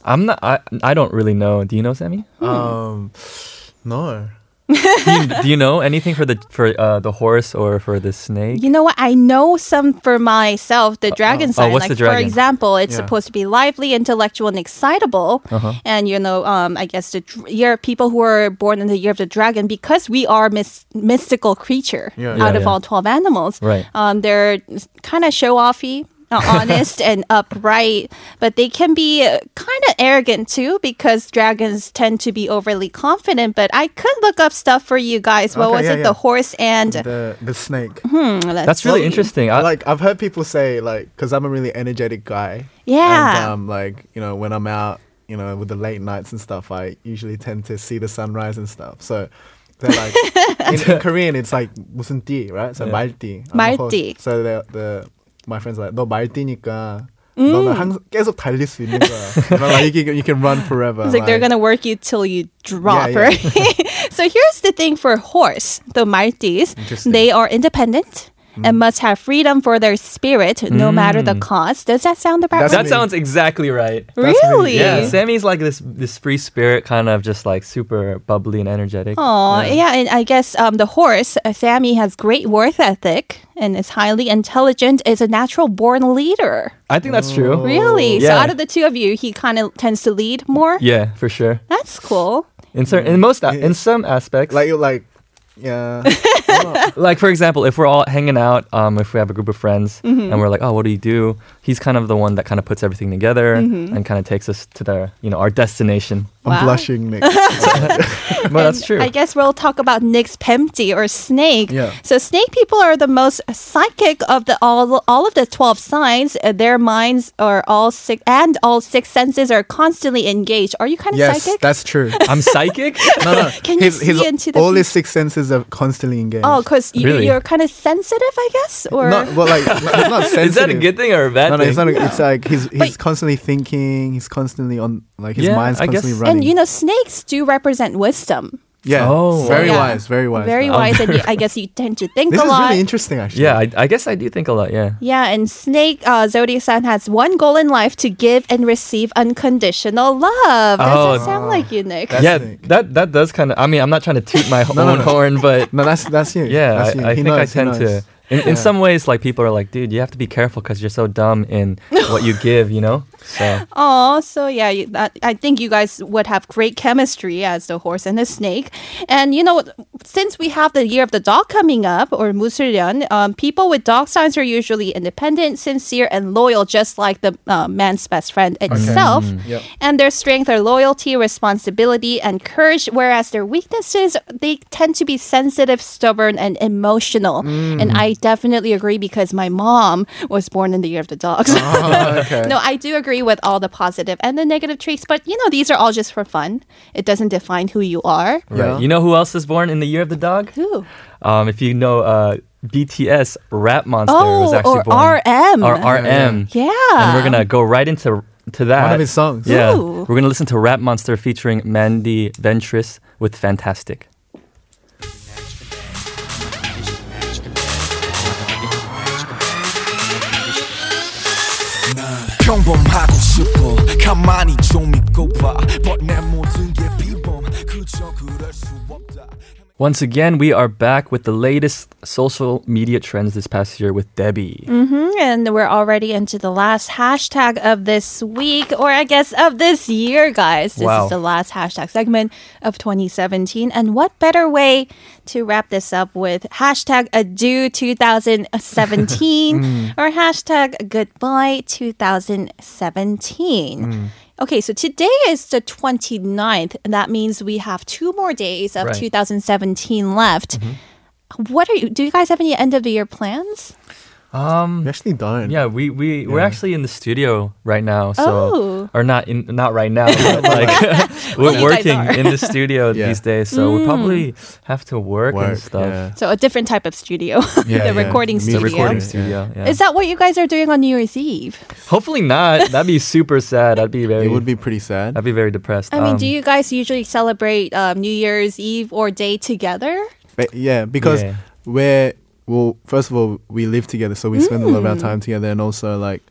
B: I'm not. I I don't really know. Do you know Sammy?
C: Um, no.
B: do, you, do you know anything for the for uh, the horse or for the snake?
F: You know what? I know some for myself. The dragon
B: oh,
F: sign,
B: what's
F: like
B: the dragon?
F: for example, it's
C: Yeah.
F: supposed to be lively, intellectual, and excitable.
B: Uh-huh.
F: And you know, um, I guess the dr- year people who are born in the year of the dragon, because we are mys- mystical creature
C: Yeah.
F: out
B: Yeah,
F: of
B: yeah.
F: all twelve animals.
B: Right.
F: Um, they're kind of show offy. uh, honest and upright, but they can be kind of arrogant too because dragons tend to be overly confident. But I could look up stuff for you guys. What
C: Okay,
F: was
C: yeah,
F: it?
C: yeah.
F: The horse and hmm,
C: The the snake.
B: That's really interesting. I,
C: like I've heard people say like because I'm a really energetic guy.
F: Yeah.
C: And, um, like you know when I'm out, you know with the late nights and stuff, I usually tend to see the sunrise and stuff. So. They're like in, in Korean, it's like 무슨 띠, right? So 말띠. I'm a horse.
F: 말띠.
C: So the the my friends are like 너 말띠니까 너는 항상 계속 달릴 수 있는 거야. like you can, you can run forever.
F: It's like they're gonna work you till you
C: Yeah,
F: drop,
C: yeah.
F: right? so here's the thing for horse, the Maltese,
C: Interesting. Mm.
F: they are independent and must have freedom for their spirit, no matter the cost. Does that sound about
C: That's
B: That
F: right?
C: me.
B: sounds exactly right.
F: really?
B: Yeah, Sammy's like this this free spirit, kind of just like super bubbly and energetic.
F: Aw, yeah. and I guess um, the horse, uh, Sammy, has great work ethic and is highly intelligent, is a natural born leader.
B: I think that's
C: Oh,
B: true.
F: Really? So
B: Yeah.
F: out of the two of you, he kind of tends to lead more?
B: Yeah, for sure.
F: That's cool.
B: In certain, in most, a- in some aspects, like,
C: like you're like, yeah.
B: for example, if we're all hanging out, um, if we have a group of friends
F: Mm-hmm.
B: and we're like, oh, what do you do? He's kind of the one that kind of puts everything together
F: Mm-hmm.
B: and kind of takes us to the, you know, our destination.
C: I'm
F: Wow.
C: blushing, Nick.
B: But that's true.
F: I guess we'll talk about Nick's Pempty or snake.
C: Yeah.
F: So snake people are the most psychic of the all all of the twelve signs. Uh, Their minds are all six and all six senses are constantly engaged. Are you kind of
C: yes,
F: psychic?
C: that's true.
B: I'm psychic.
C: No, no.
F: Can you see into the
C: all his six senses are constantly engaged.
F: Oh, because you,
B: Really?
F: you're kind of sensitive, I guess. Or
C: not, well, like not, it's not sensitive.
B: Is that a good thing or a bad
C: No, no,
B: thing?
C: it's not. A, it's like he's he's
F: But-
C: constantly thinking. He's constantly on like his
B: Yeah,
C: mind's
B: I guess-
C: constantly running.
F: and you know, snakes do represent wisdom.
C: yeah,
B: Oh,
C: very
F: Yeah.
C: wise, very wise,
F: Very
C: guy.
F: wise, and you, I guess you tend to think
C: This is
F: a lot.
C: really interesting, actually.
B: yeah, I, I guess I do think a lot. Yeah.
F: Yeah, and Snake uh, Zodiac sign has one goal in life to give and receive unconditional love. Does that
B: Oh.
F: sound like you, Nick?
C: That's
B: yeah,
C: sick.
B: that that does kind of. I mean, I'm not trying to toot my own
C: no, no.
B: horn, but
C: No, that's that's you.
B: yeah,
C: that's you.
B: I, I
C: He
B: think I
C: knows, he
B: tend to.
C: knows.
B: In, in
C: Yeah.
B: some ways, like people are like, dude, you have to be careful because you're so dumb in what you give, you know. So
F: Oh, so yeah, you, that, I think you guys would have great chemistry as the horse and the snake. And you know, since we have the year of the dog coming up, or Musuryeon, um, people with dog signs are usually independent, sincere, and loyal, just like the uh, man's best friend itself.
C: Yep.
F: And their strength are loyalty, responsibility, and courage, whereas their weaknesses, they tend to be sensitive, stubborn, and emotional. And I definitely agree because my mom was born in the year of the dogs.
C: Oh, okay.
F: No, I do agree with all the positive and the negative traits, but you know, these are all just for fun. It doesn't define who you are.
B: right,
C: Yeah.
B: you know who else is born in the year of the dog?
F: Who?
B: Um, if you know uh, BTS, Rap Monster was
F: Oh,
B: actually
F: or
B: born
F: RM.
B: or RM,
F: yeah.
B: and we're gonna go right into to that.
C: One of his songs.
B: Yeah,
F: Um, Ooh.
B: we're gonna listen to Rap Monster featuring Mandy Ventris with Fantastic.
D: 평범하고 싶어 가만히 좀 있고 봐내 모든 게 비범 그저 그럴 수 없다
B: Once again, we are back with the latest social media trends this past year with Debbie.
F: Mm. And we're already into the last hashtag of this week, or I guess of this year, guys. This
B: Wow.
F: is the last hashtag segment of 2017. And what better way to wrap this up with hashtag adieu 2017
B: Mm.
F: or hashtag goodbye 2017?
B: Mm.
F: Okay, so today is the 29th, and that means we have two more days of
B: Right. Mm-hmm.
F: 2017 left. What are you? Do you guys have any end of the year plans?
C: We actually don't.
B: Yeah, we we we're actually in the studio right now.
F: Oh.
B: So or not in not right now. but like we're
F: you guys
B: working
F: are. Mm.
B: in the studio
C: Yeah.
B: these days, so we probably have to work,
C: Work,
B: and stuff.
C: yeah.
F: So a different type of studio,
C: Yeah, yeah.
F: the recording
C: The
B: The
F: studio.
B: recording
C: Yeah.
B: studio. Yeah.
F: Is that what you guys are doing on New Year's Eve?
B: Hopefully not. That'd be super sad. I'd be very
C: It would be pretty sad.
B: I'd be very depressed.
F: I
B: Um,
F: mean, do you guys usually celebrate um, New Year's Eve or day together?
C: But yeah, because
B: Yeah.
C: we're well, first of all, we live together, so we spend a lot of
F: Mm.
C: our time together, and also like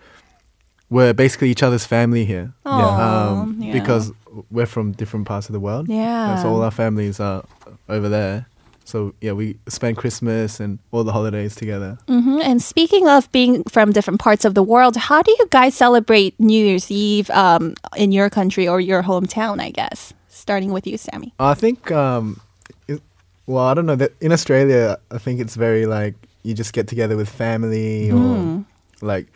C: we're basically each other's family here. Um,
F: Aw, yeah.
C: Because we're from different parts of the world.
F: Yeah.
C: And so all our families are over there. So yeah, we spend Christmas and all the holidays together.
F: hmm And speaking of being from different parts of the world, how do you guys celebrate New Year's Eve um, in your country or your hometown? I guess starting with you, Sammy.
C: I think, um, it, well, I don't know that in Australia, I think it's very like you just get together with family
F: Mm.
C: or like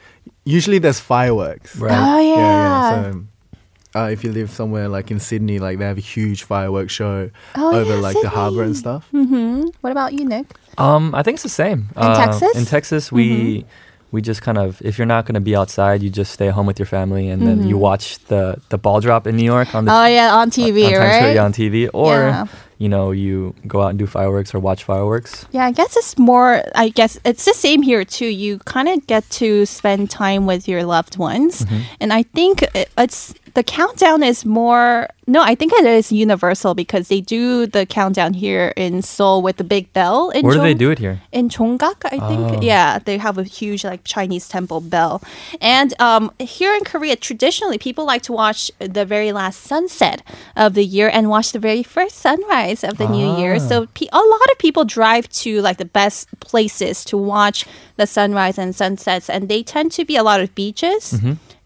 C: usually there's fireworks.
B: Right.
F: Oh yeah.
C: yeah. So, uh, if you live somewhere like in Sydney, like they have a huge fireworks show
F: Oh,
C: over
F: yeah,
C: like the harbour and
F: Sydney.
C: stuff.
B: Mm-hmm.
F: hmm What about you, Nick?
B: Um, I think it's the same. In
F: Texas? Mm-hmm.
B: In Texas, we we just kind of if you're not going to be outside, you just stay home with your family, and then you watch the the ball drop in New York on the
F: Mm-hmm. Oh yeah, on TV,
B: Uh, on Times
F: right?
B: Square, yeah, on TV, or
F: Yeah.
B: you know, you go out and do fireworks or watch fireworks.
F: Yeah, I guess it's more. I guess it's the same here too. You kind of get to spend time with your loved ones,
B: Mm-hmm.
F: and I think it- it's the countdown is more. No, I think it is universal because they do the countdown here in Seoul with the big bell. In
B: Where do they
F: Jong-
B: do it here?
F: in Chonggak, I think. Yeah, they have a huge like Chinese temple bell. And um, here in Korea, traditionally people like to watch the very last sunset of the year and watch the very first sunrise of the new year. So pe- a lot of people drive to like the best places to watch the sunrise and sunsets, and they tend to be a lot of beaches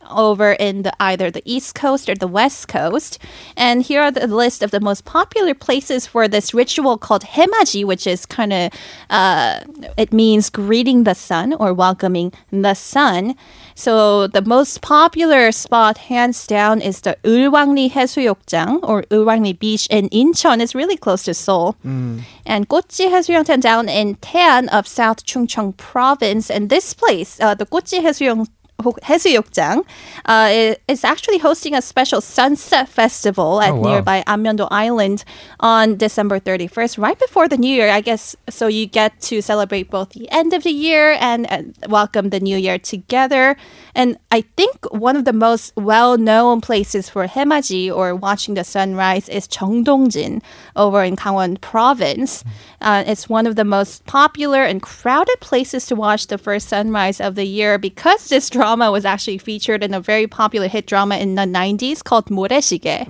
F: over in the either the east coast or the west coast and here are the list of the most popular places for this ritual called hemaji which is kind of uh, it means greeting the sun or welcoming the sun so the most popular spot hands down is the Ulwangli 해수욕장 or Ulwangli beach in Incheon it's really close to Seoul and Gochi 해수욕장 down in Taean of South Chungcheong province and this place uh, the Gochi 해수욕장 Ho- 해수욕장 uh, i- is actually hosting a special sunset festival at
B: Oh, wow.
F: nearby Amyeondo Island on December 31st, right before the new year, I guess. So you get to celebrate both the end of the year and, and welcome the new year together. And I think one of the most well-known places for hemaji or watching the sunrise is Cheongdongjin over in Gangwon Province. Uh, it's one of the most popular and crowded places to watch the first sunrise of the year because this drama was actually featured in a very popular hit drama in the 90s called Moreshige.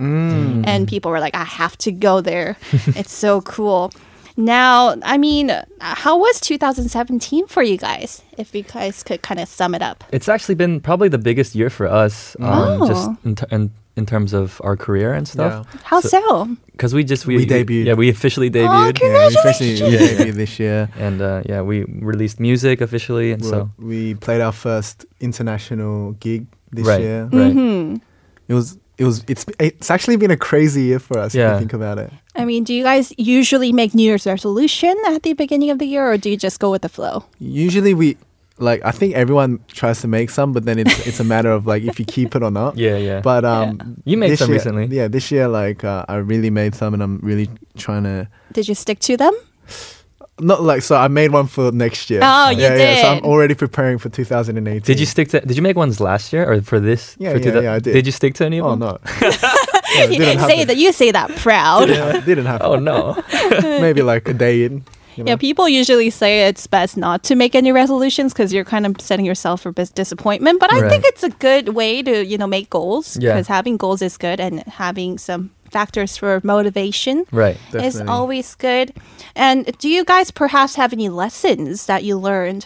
F: And people were like, I have to go there. it's so cool. Now, I mean, uh, how was 2017 for you guys? If you guys could kind of sum it up.
B: It's actually been probably the biggest year for us, um, just
F: Oh.
B: in, ter- in, in terms of our career and stuff.
F: How so?
B: Because we just we,
C: We debuted.
B: Yeah, we officially
F: Oh,
B: debuted,
C: Yeah, we officially
F: congratulations!
C: debuted this year.
B: and uh, yeah, we released music officially, and so
C: We played our first international gig this
B: right, Mm.
C: year.
B: right.
F: Mm-hmm.
C: It was it was it's it's actually been a crazy year for us if
B: Yeah.
C: you think about it.
F: I mean, do you guys usually make New Year's resolution at the beginning of the year or do you just go with the flow?
C: Usually we like I think everyone tries to make some, but then it's it's a matter of like if you keep it or not.
B: Yeah, yeah.
C: But um,
B: You made
C: this
B: some
C: year-
B: recently.
C: Yeah, this year like uh, I really made some, and I'm really trying to
F: Did you stick to them?
C: not like so I made one for next year.
F: Oh, you
C: yeah, Yeah, so
F: did.
C: I'm already preparing for 2018.
B: Did you stick to? Did you make ones last year or for this?
C: Yeah,
B: for
C: yeah,
B: 2000
C: yeah, I did.
B: Did you stick to any of
C: Oh
B: them?
C: no. No, it didn't
F: say
C: happen.
F: that you say that proud.
C: Didn't happen. Didn't happen.
B: Oh no.
C: Maybe like a day in. You know?
F: Yeah, people usually say it's best not to make any resolutions because you're kind of setting yourself for bis- disappointment. But I
B: Right.
F: think it's a good way to you know make goals
B: Yeah.
F: because having goals is good and having some factors for motivation
B: right.
F: is
C: Definitely.
F: always good. And do you guys perhaps have any lessons that you learned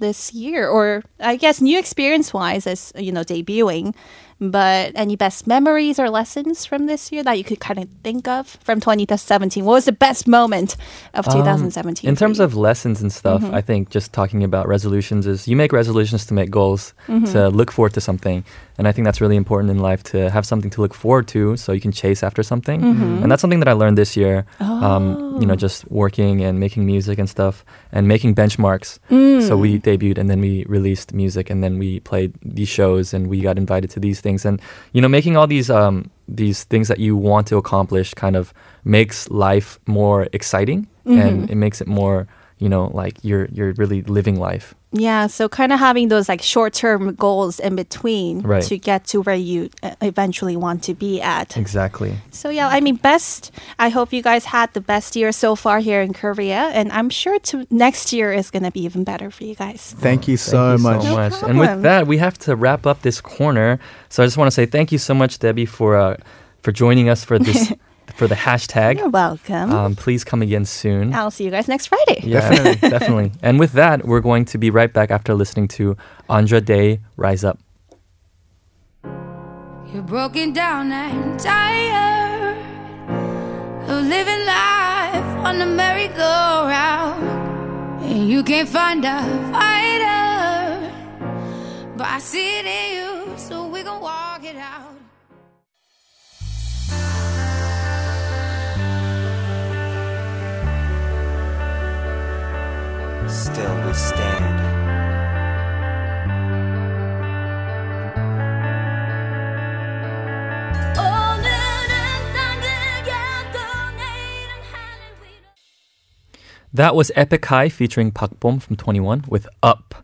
F: this year, or I guess new experience wise as you know debuting? But any best memories or lessons from this year that you could kind of think of from 2017? What was the best moment of
B: Um,
F: 2017?
B: in terms of lessons and stuff, I think just talking about resolutions is you make resolutions to make goals, to look forward to something. And I think that's really important in life to have something to look forward to so you can chase after something. And that's something that I learned this year, um, you know, just working and making music and stuff and making benchmarks. So we debuted and then we released music and then we played these shows and we got invited to these things. And, you know, making all these. Um, these things that you want to accomplish kind of makes life more exciting and
F: Mm-hmm.
B: it makes it more you know like you're you're really living life
F: yeah, so kind of having those like short term goals in between
B: Right.
F: to get to where you uh, eventually want to be at.
B: exactly
F: So yeah, I mean, best. I hope you guys had the best year so far here in Korea, and I'm sure to next year is gonna be even better for you guys.
C: Thank you so much.
F: No
B: and with
F: problem.
B: that we have to wrap up this corner so i just want to say thank you so much debbie for uh, for joining us for this for the hashtag
F: You're welcome.
B: um, please come again soon
F: I'll see you guys next Friday.
B: yeah, definitely definitely and with that we're going to be right back after listening to andra day rise up
A: You're broken down and tired of living life on the merry-go-round, and you can't find a fighter, but I see it in you, so we gon' walk it out.
D: Still we stand.
A: 오늘은 땅을 겨도 내일은 하늘
B: That was Epic High featuring Pak Bom from 21 with Up.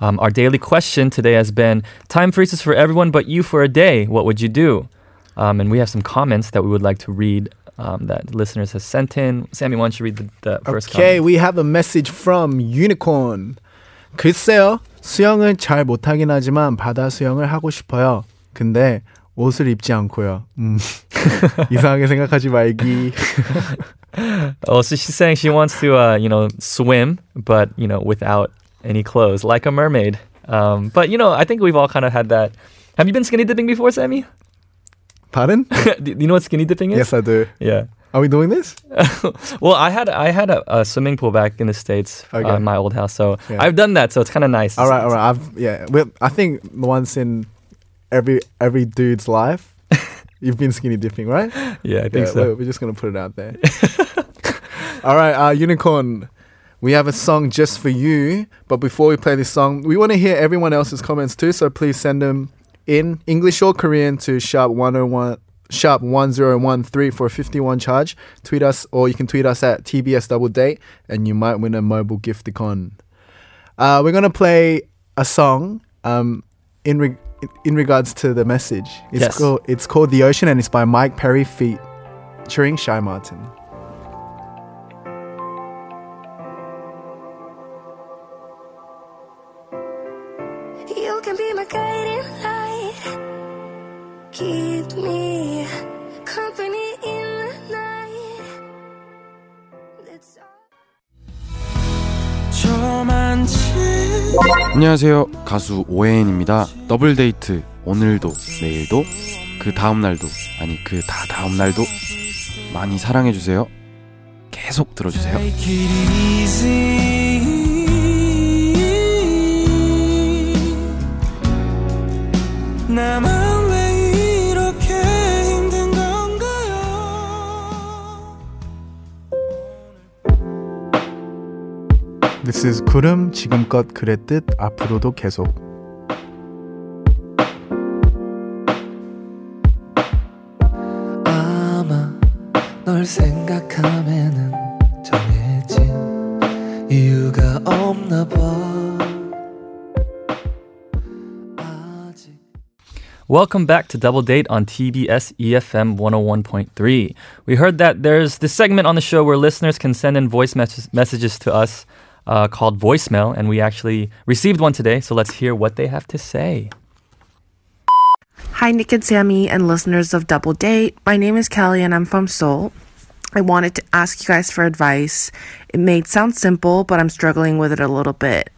B: Um, our daily question today has been Time freezes for everyone but you for a day. What would you do? Um, and we have some comments that we would like to read um, that listeners have sent in. Sammy, why don't you read the, the first
C: Okay,
B: comment?
C: we have a message from Unicorn. 글쎄요, 수영을 잘 못하긴 하지만 바다 수영을 하고 싶어요. 근데 옷을 입지 않고요. 음. 이상하게 생각하지 말기.
B: Oh, so she's saying she wants to, uh, you know, swim, but, you know, without any clothes, like a mermaid. Um, but, you know, I think we've all kind of had that. Have you been skinny dipping before, Sammy?
C: Pardon?
B: Do you know what skinny dipping is?
C: yes, I do.
B: Yeah.
C: Are we doing this?
B: Well, I had I had a, a swimming pool back in the states uh,
C: Okay.
B: in my old house, so
C: Yeah.
B: I've done that. So it's kind of nice.
C: All right, all right. I've yeah. Well, I think once in every every dude's life, you've been skinny dipping, right?
B: Yeah, I think
C: yeah,
B: so.
C: We're, we're just gonna put it out there. All right, uh, Unicorn. We have a song just for you, but before we play this song, we want to hear everyone else's comments too. So please send them in English or Korean to sharp one hundred one sharp one zero one three for a fifty one charge. Tweet us or you can tweet us at TBS Double Date, and you might win a mobile gifticon. Uh, we're gonna play a song um, in re- in regards to the message. It's
B: Yes.
C: called it's called The Ocean, and it's by Mike Perry feat. Cheering Shy Martin.
E: You can be my guiding light. Keep me company in the night. That's all.
J: 안녕하세요. 가수 오혜인입니다. 더블 데이트 오늘도 내일도 그 다음 날도 아니 그 다 다음 날도 많이 사랑해 주세요. 계속 들어 주세요.
D: 나만 왜 이렇게 힘든 건가요?
C: This is 구름 지금껏 그랬듯 앞으로도 계속.
D: 아마 널 생각하면은 정해진 이유가 없나 봐. 아직
B: Welcome back to Double Date on TBS EFM 101.3. We heard that there's this segment on the show where listeners can send in voice mes- messages to us uh, called voicemail, and we actually received one today. So let's hear what they have to say.
E: Hi, Nick and Sammy, and listeners of Double Date. My name is Kelly, and I'm from Seoul. I wanted to ask you guys for advice. It may sound simple, but I'm struggling with it a little bit.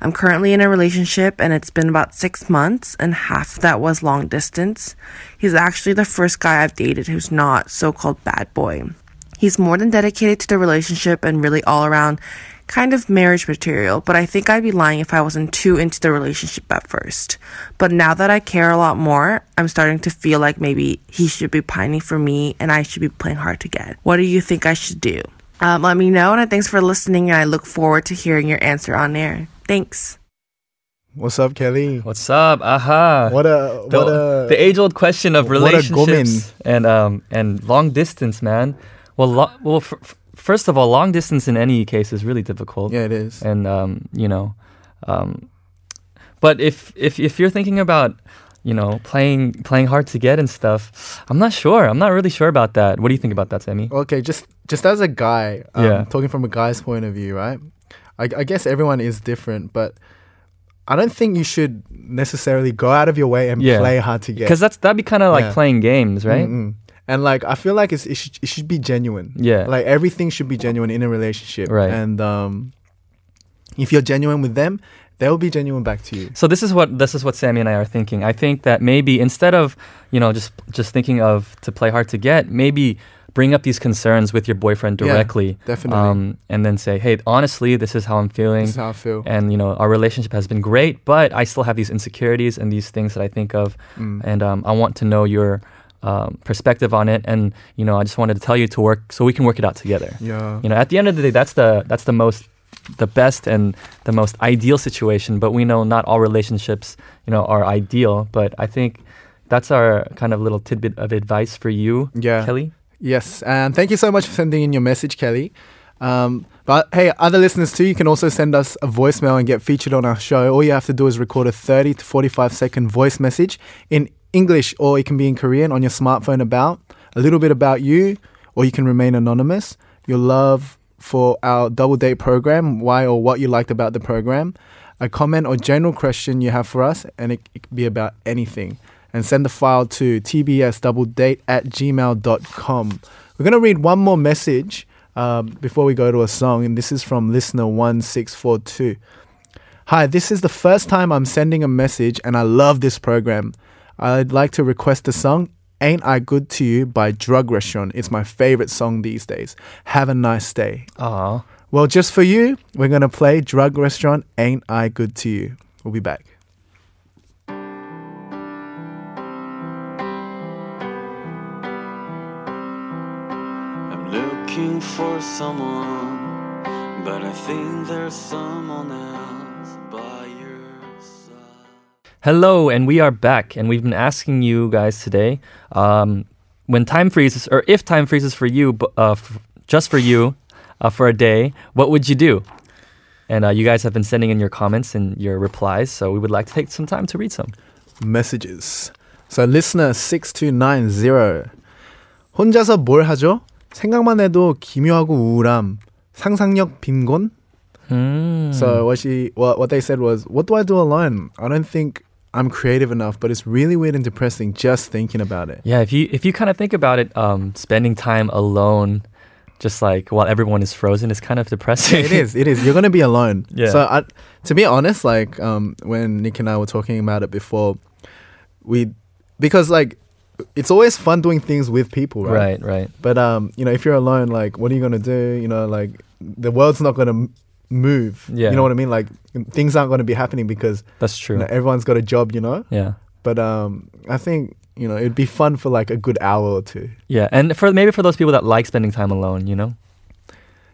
E: I'm currently in a relationship, and it's been about six months, and half of that was long distance. He's actually the first guy I've dated who's not so called bad boy. He's more than dedicated to the relationship and really all around kind of marriage material, but I think I'd be lying if I wasn't too into the relationship at first. But now that I care a lot more, I'm starting to feel like maybe he should be pining for me and I should be playing hard to get. What do you think I should do? Um, let me know, and I thanks for listening, and I look forward to hearing your answer on air. Thanks.
C: What's up, Kelly?
B: What's up? Aha!
C: What a
B: the,
C: what a
B: the age-old question of
C: what a
B: relationships and um and long distance, man. Well, lo- well, f- f- first of all, long distance in any case is really difficult.
C: yeah, it is.
B: and um, you know, um, but if if if you're thinking about you know playing playing hard to get and stuff, I'm not sure. I'm not really sure about that. What do you think about that, Sammy?
C: Okay, just just as a guy, um,
B: Yeah.
C: talking from a guy's point of view, right? I, I guess everyone is different, but I don't think you should necessarily go out of your way and
B: Yeah.
C: play hard to get.
B: Because that's that'd be kind of like
C: Yeah. Mm-hmm.
B: playing games, right?
C: Mm-mm. And like, I feel like it's, it, should, it should be genuine.
B: Yeah.
C: Like everything should be genuine in a relationship.
B: Right.
C: And um, if you're genuine with them, they'll be genuine back to you.
B: So this is what this is what Sammy and I are thinking. I think that maybe instead of you know just just thinking of to play hard to get, maybe bring up these concerns with your boyfriend
C: Yeah,
B: directly.
C: definitely.
B: Um, and then say, hey, honestly, this is how I'm feeling.
C: This is how I feel.
B: and you know our relationship has been great, but I still have these insecurities and these things that I think of,
C: Mm.
B: and um, I want to know your um, perspective on it. And you know, I just wanted to tell you to work so we can work it out together.
C: yeah.
B: You know, at the end of the day, that's the that's the most the best and the most ideal situation. But we know not all relationships, you know, are ideal. But I think that's our kind of little tidbit of advice for you,
C: Yeah.
B: Kelly.
C: Yes, and thank you so much for sending in your message, Kelly. Um, But hey, other listeners too, you can also send us a voicemail and get featured on our show. All you have to do is record a 30 to 45 second voice message in English or it can be in Korean on your smartphone about a little bit about you, or you can remain anonymous. Your love for our double date program, why or what you liked about the program, a comment or general question you have for us, and it, it could be about anything. And send the file to tbsdoubledate at gmail.com. We're going to read one more message um, before we go to a song, and this is from listener 1642. Hi, this is the first time I'm sending a message, and I love this program. I'd like to request the song Ain't I Good to You by Drug Restaurant. It's my favorite song these days. Have a nice day.
B: Aw.
C: Well, just for you, we're going to play Drug Restaurant Ain't I Good to You. We'll be back.
K: I'm looking for someone, but I think there's someone else by your side.
B: Hello, and we are back, and we've been asking you guys today um, when time freezes, or if time freezes for you, bu- uh, f- just for you, uh, for a day, what would you do? And uh, you guys have been sending in your comments and your replies, so we would like to take some time to read some.
C: messages. So listener 6290. 혼자서 뭘 하죠? 생각만 해도 기묘하고 우울함. 상상력 빈곤?
B: Hmm.
C: So what she what what they said was, what do I do alone? I don't think I'm creative enough, but it's really weird and depressing just thinking about it.
B: Yeah, if you if you kind of think about it, um, spending time alone, just like while everyone is frozen, is kind of depressing.
C: it is. It is. You're gonna be alone.
B: Yeah.
C: So I, to be honest, like um, when Nick and I were talking about it before, we because like it's always fun doing things with people, right?
B: right, right.
C: But um, you know, if you're alone, like, what are you gonna do? You know, like, the world's not gonna m- move.
B: Yeah.
C: You know what I mean? Like, things aren't gonna be happening because
B: That's
C: you
B: true.
C: know, everyone's got a job. You know.
B: Yeah.
C: But um, I think you know it'd be fun for like a good hour or two.
B: Yeah, and for maybe for those people that like spending time alone, you know,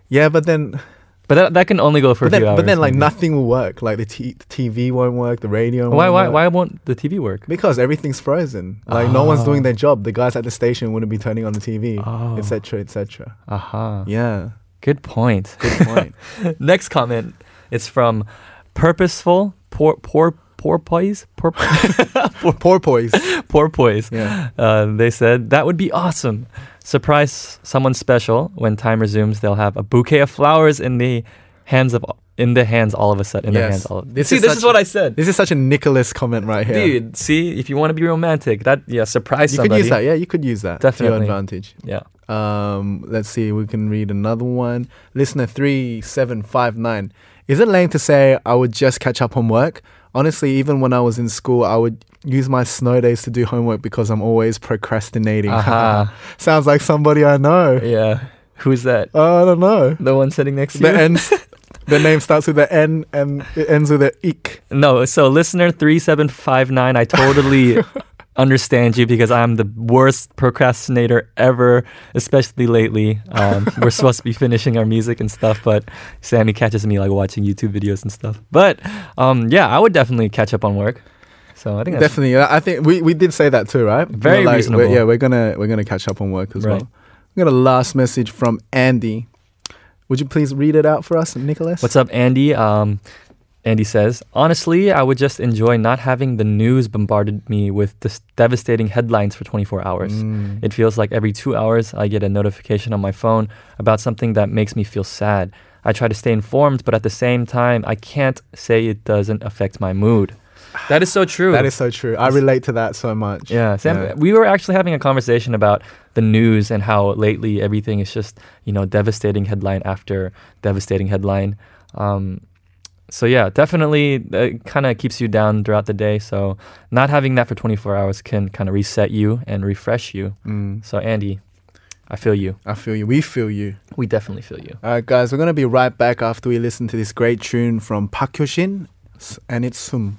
C: Yeah, but then,
B: but that, that can only go for
C: but
B: a
C: then,
B: few hours.
C: but then, like
B: maybe.
C: nothing will work. Like the, t- the TV won't work. The radio.
B: Why
C: won't
B: why
C: work.
B: why won't the TV work?
C: Because everything's frozen. Like no one's
B: Ah.
C: doing their job. The guys at the station wouldn't be turning on the TV,
B: Oh.
C: etc., etc.
B: Aha,
C: Yeah.
B: good point.
C: Good point.
B: Next comment, it's from purposeful poor poor porpoise poor
C: Porpoise.
B: porpoise.
C: Yeah.
B: Uh, they said that would be awesome. Surprise someone special when time resumes. They'll have a bouquet of flowers in the hands of in the hands all of a sudden. In their
C: Yes.
B: hands all of.
C: This
B: see,
C: is
B: this
C: such-
B: is what I said.
C: This is such a Nicholas comment right here.
B: Dude, see, if you want to be romantic, that yeah, surprise
C: you could
B: somebody.
C: use that. Yeah, you could use that to your
B: Definitely.
C: advantage.
B: Yeah.
C: Um, let's see. We can read another one. Listener three seven five nine. Is it lame to say I would just catch up on work? Honestly, even when I was in school, I would use my snow days to do homework because I'm always procrastinating.
B: Aha.
C: Sounds like somebody I know.
B: Yeah. Who's that?
C: I don't know.
B: The one sitting next to
C: The
B: you?
C: ends. the name starts with the N and it ends with the ick.
B: no, so listener 3759, I totally understand you because I'm the worst procrastinator ever, especially lately. Um, we're supposed to be finishing our music and stuff, but Sammy catches me like watching YouTube videos and stuff. But um, yeah, I would definitely catch up on work. So I think that's
C: Definitely. I I think we, we did say that too, right?
B: Very
C: We're like,
B: reasonable.
C: we're- yeah, we're gonna we're gonna catch up on work as
B: Right.
C: well. We got a last message from Andy. Would you please read it out for us, Nicholas?
B: What's up, Andy? Um, Andy says, honestly, I would just enjoy not having the news bombarded me with dis- devastating headlines for 24 hours.
C: Mm.
B: It feels like every two hours I get a notification on my phone about something that makes me feel sad. I try to stay informed, but at the same time, I can't say it doesn't affect my mood. That is so true.
C: That is so true. I relate to that so much.
B: Yeah, Sam, we were actually having a conversation about the news and how lately everything is just, you know, devastating headline after devastating headline. Um, so, yeah, definitely it kind of keeps you down throughout the day. So, not having that for 24 hours can kind of reset you and refresh you.
C: Mm,
B: So, Andy, I feel you.
C: I feel you. We feel you.
B: We definitely feel you.
C: All right, guys, we're gonna be right back after we listen to this great tune from Park Hyoshin, and it's Sum.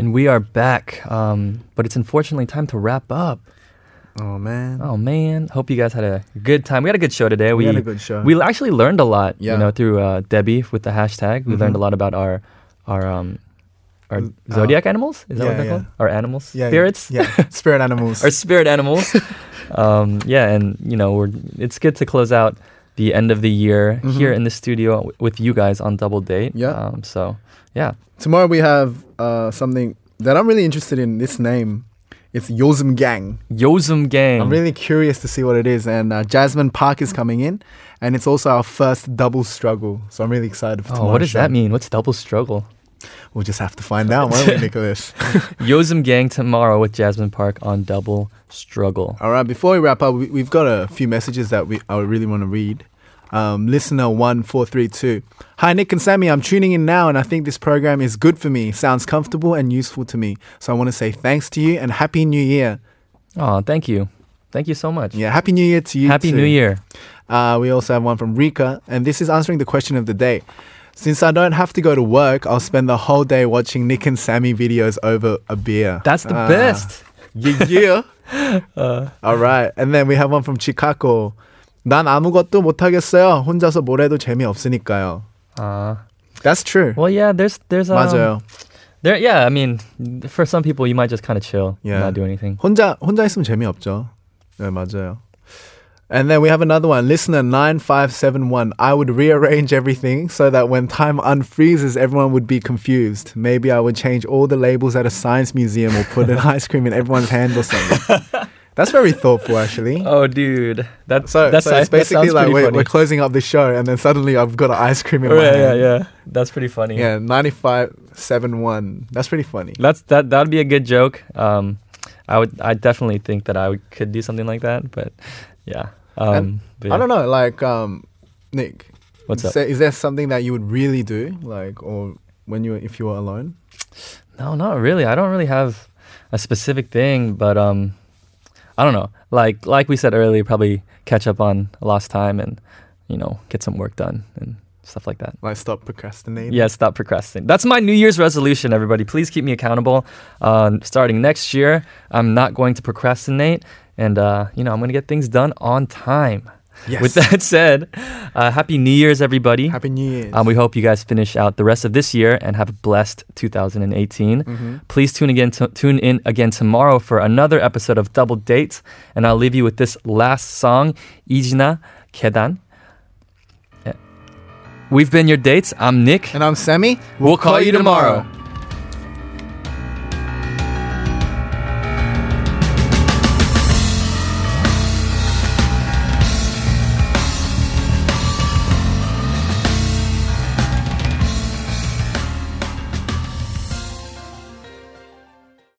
B: And we are back, um, but it's unfortunately time to wrap up.
C: Oh man.
B: Oh man. Hope you guys had a good time. We had a good show today.
C: We had a good show.
B: We actually learned a lot.
C: Yeah. Mm-hmm.
B: You know, through uh, Debbie with the hashtag, we learned a lot about our our um our zodiac animals. Is that
C: uh, yeah,
B: what they're
C: yeah.
B: called? Our animals,
C: Yeah, yeah,
B: spirits.
C: Yeah, spirit animals.
B: our spirit animals. um, yeah, and you know, we're it's good to close out the end of the year here in the studio w- with you guys on Double Date.
C: Mm-hmm. Yeah.
B: Um, so yeah.
C: Tomorrow we have uh, something that I'm really interested in. This name, it's Yozum Gang.
B: Yozum Gang.
C: I'm really curious to see what it is. And uh, Jasmine Park is coming in, and it's also our first double struggle. So I'm really excited for
B: Oh,
C: tomorrow.
B: what does that mean? What's double struggle?
C: We'll just have to find out, won't we, Nicholas?
B: Yozum Gang tomorrow with Jasmine Park on Double Struggle.
C: All right, before we wrap up, we, we've got a few messages that we I really want to read. Um, listener 1432. Hi, Nick and Sammy. I'm tuning in now, and I think this program is good for me. Sounds comfortable and useful to me. So I want to say thanks to you and Happy New Year.
B: Oh, thank you. Thank you so much.
C: Yeah, Happy New Year to you.
B: Happy
C: too.
B: New Year.
C: Uh, we also have one from Rika, and this is answering the question of the day. Since I don't have to go to work, I'll spend the whole day watching Nick and Sammy videos over a beer.
B: That's the
C: Ah.
B: best. Uh.
C: Yeah. yeah. All right. And then we have one from Chicago. 난 아무것도 못 하겠어요. 혼자서 뭘 해도 재미없으니까요.
B: Uh,
C: Ah. That's true.
B: well, yeah, there's there's um,
C: 맞아요.
B: There, yeah, I mean, for some people, you might just kind of chill,
C: Yeah.
B: yeah. not do anything.
C: 혼자 혼자 있으면 재미없죠. 네, 맞아요. And then we have another one. Listener 9571. I would rearrange everything so that when time unfreezes, everyone would be confused. Maybe I would change all the labels at a science museum or put an ice cream in everyone's hand or something. That's very thoughtful, actually.
B: Oh, dude, that's
C: So,
B: that's
C: so it's
B: that
C: basically
B: sounds
C: like
B: pretty
C: we're,
B: funny. Oh,
C: we're closing up the show, and then suddenly I've got an ice cream in my
B: yeah, yeah,
C: hand.
B: yeah. That's pretty funny.
C: Yeah, 9571. That's pretty funny.
B: that's that that would be a good joke. Um, I would I definitely think that I would, could do something like that, but yeah. Um,
C: And
B: but
C: I
B: yeah.
C: don't know, like, um, Nick,
B: What's up?
C: so is there something that you would really do, like, or when you if you were alone?
B: No, not really. I don't really have a specific thing, but um, I don't know. Like like we said earlier, probably catch up on lost time and you know get some work done and stuff like that.
C: Like, stop procrastinating.
B: Yeah, stop procrastinating. That's my New Year's resolution, everybody. Please keep me accountable. Uh, starting next year, I'm not going to procrastinate, and uh, you know I'm going to get things done on time.
C: Yes.
B: With that said, uh, happy New Year's, everybody.
C: Happy New Year.
B: Um, we hope you guys finish out the rest of this year and have a blessed 2018.
C: Mm-hmm.
B: Please tune again, t- tune in again tomorrow for another episode of Double Date. And I'll leave you with this last song, Ijina Kedan. Uh, We've been your dates. I'm Nick.
C: and I'm Sammy.
B: We'll call you tomorrow.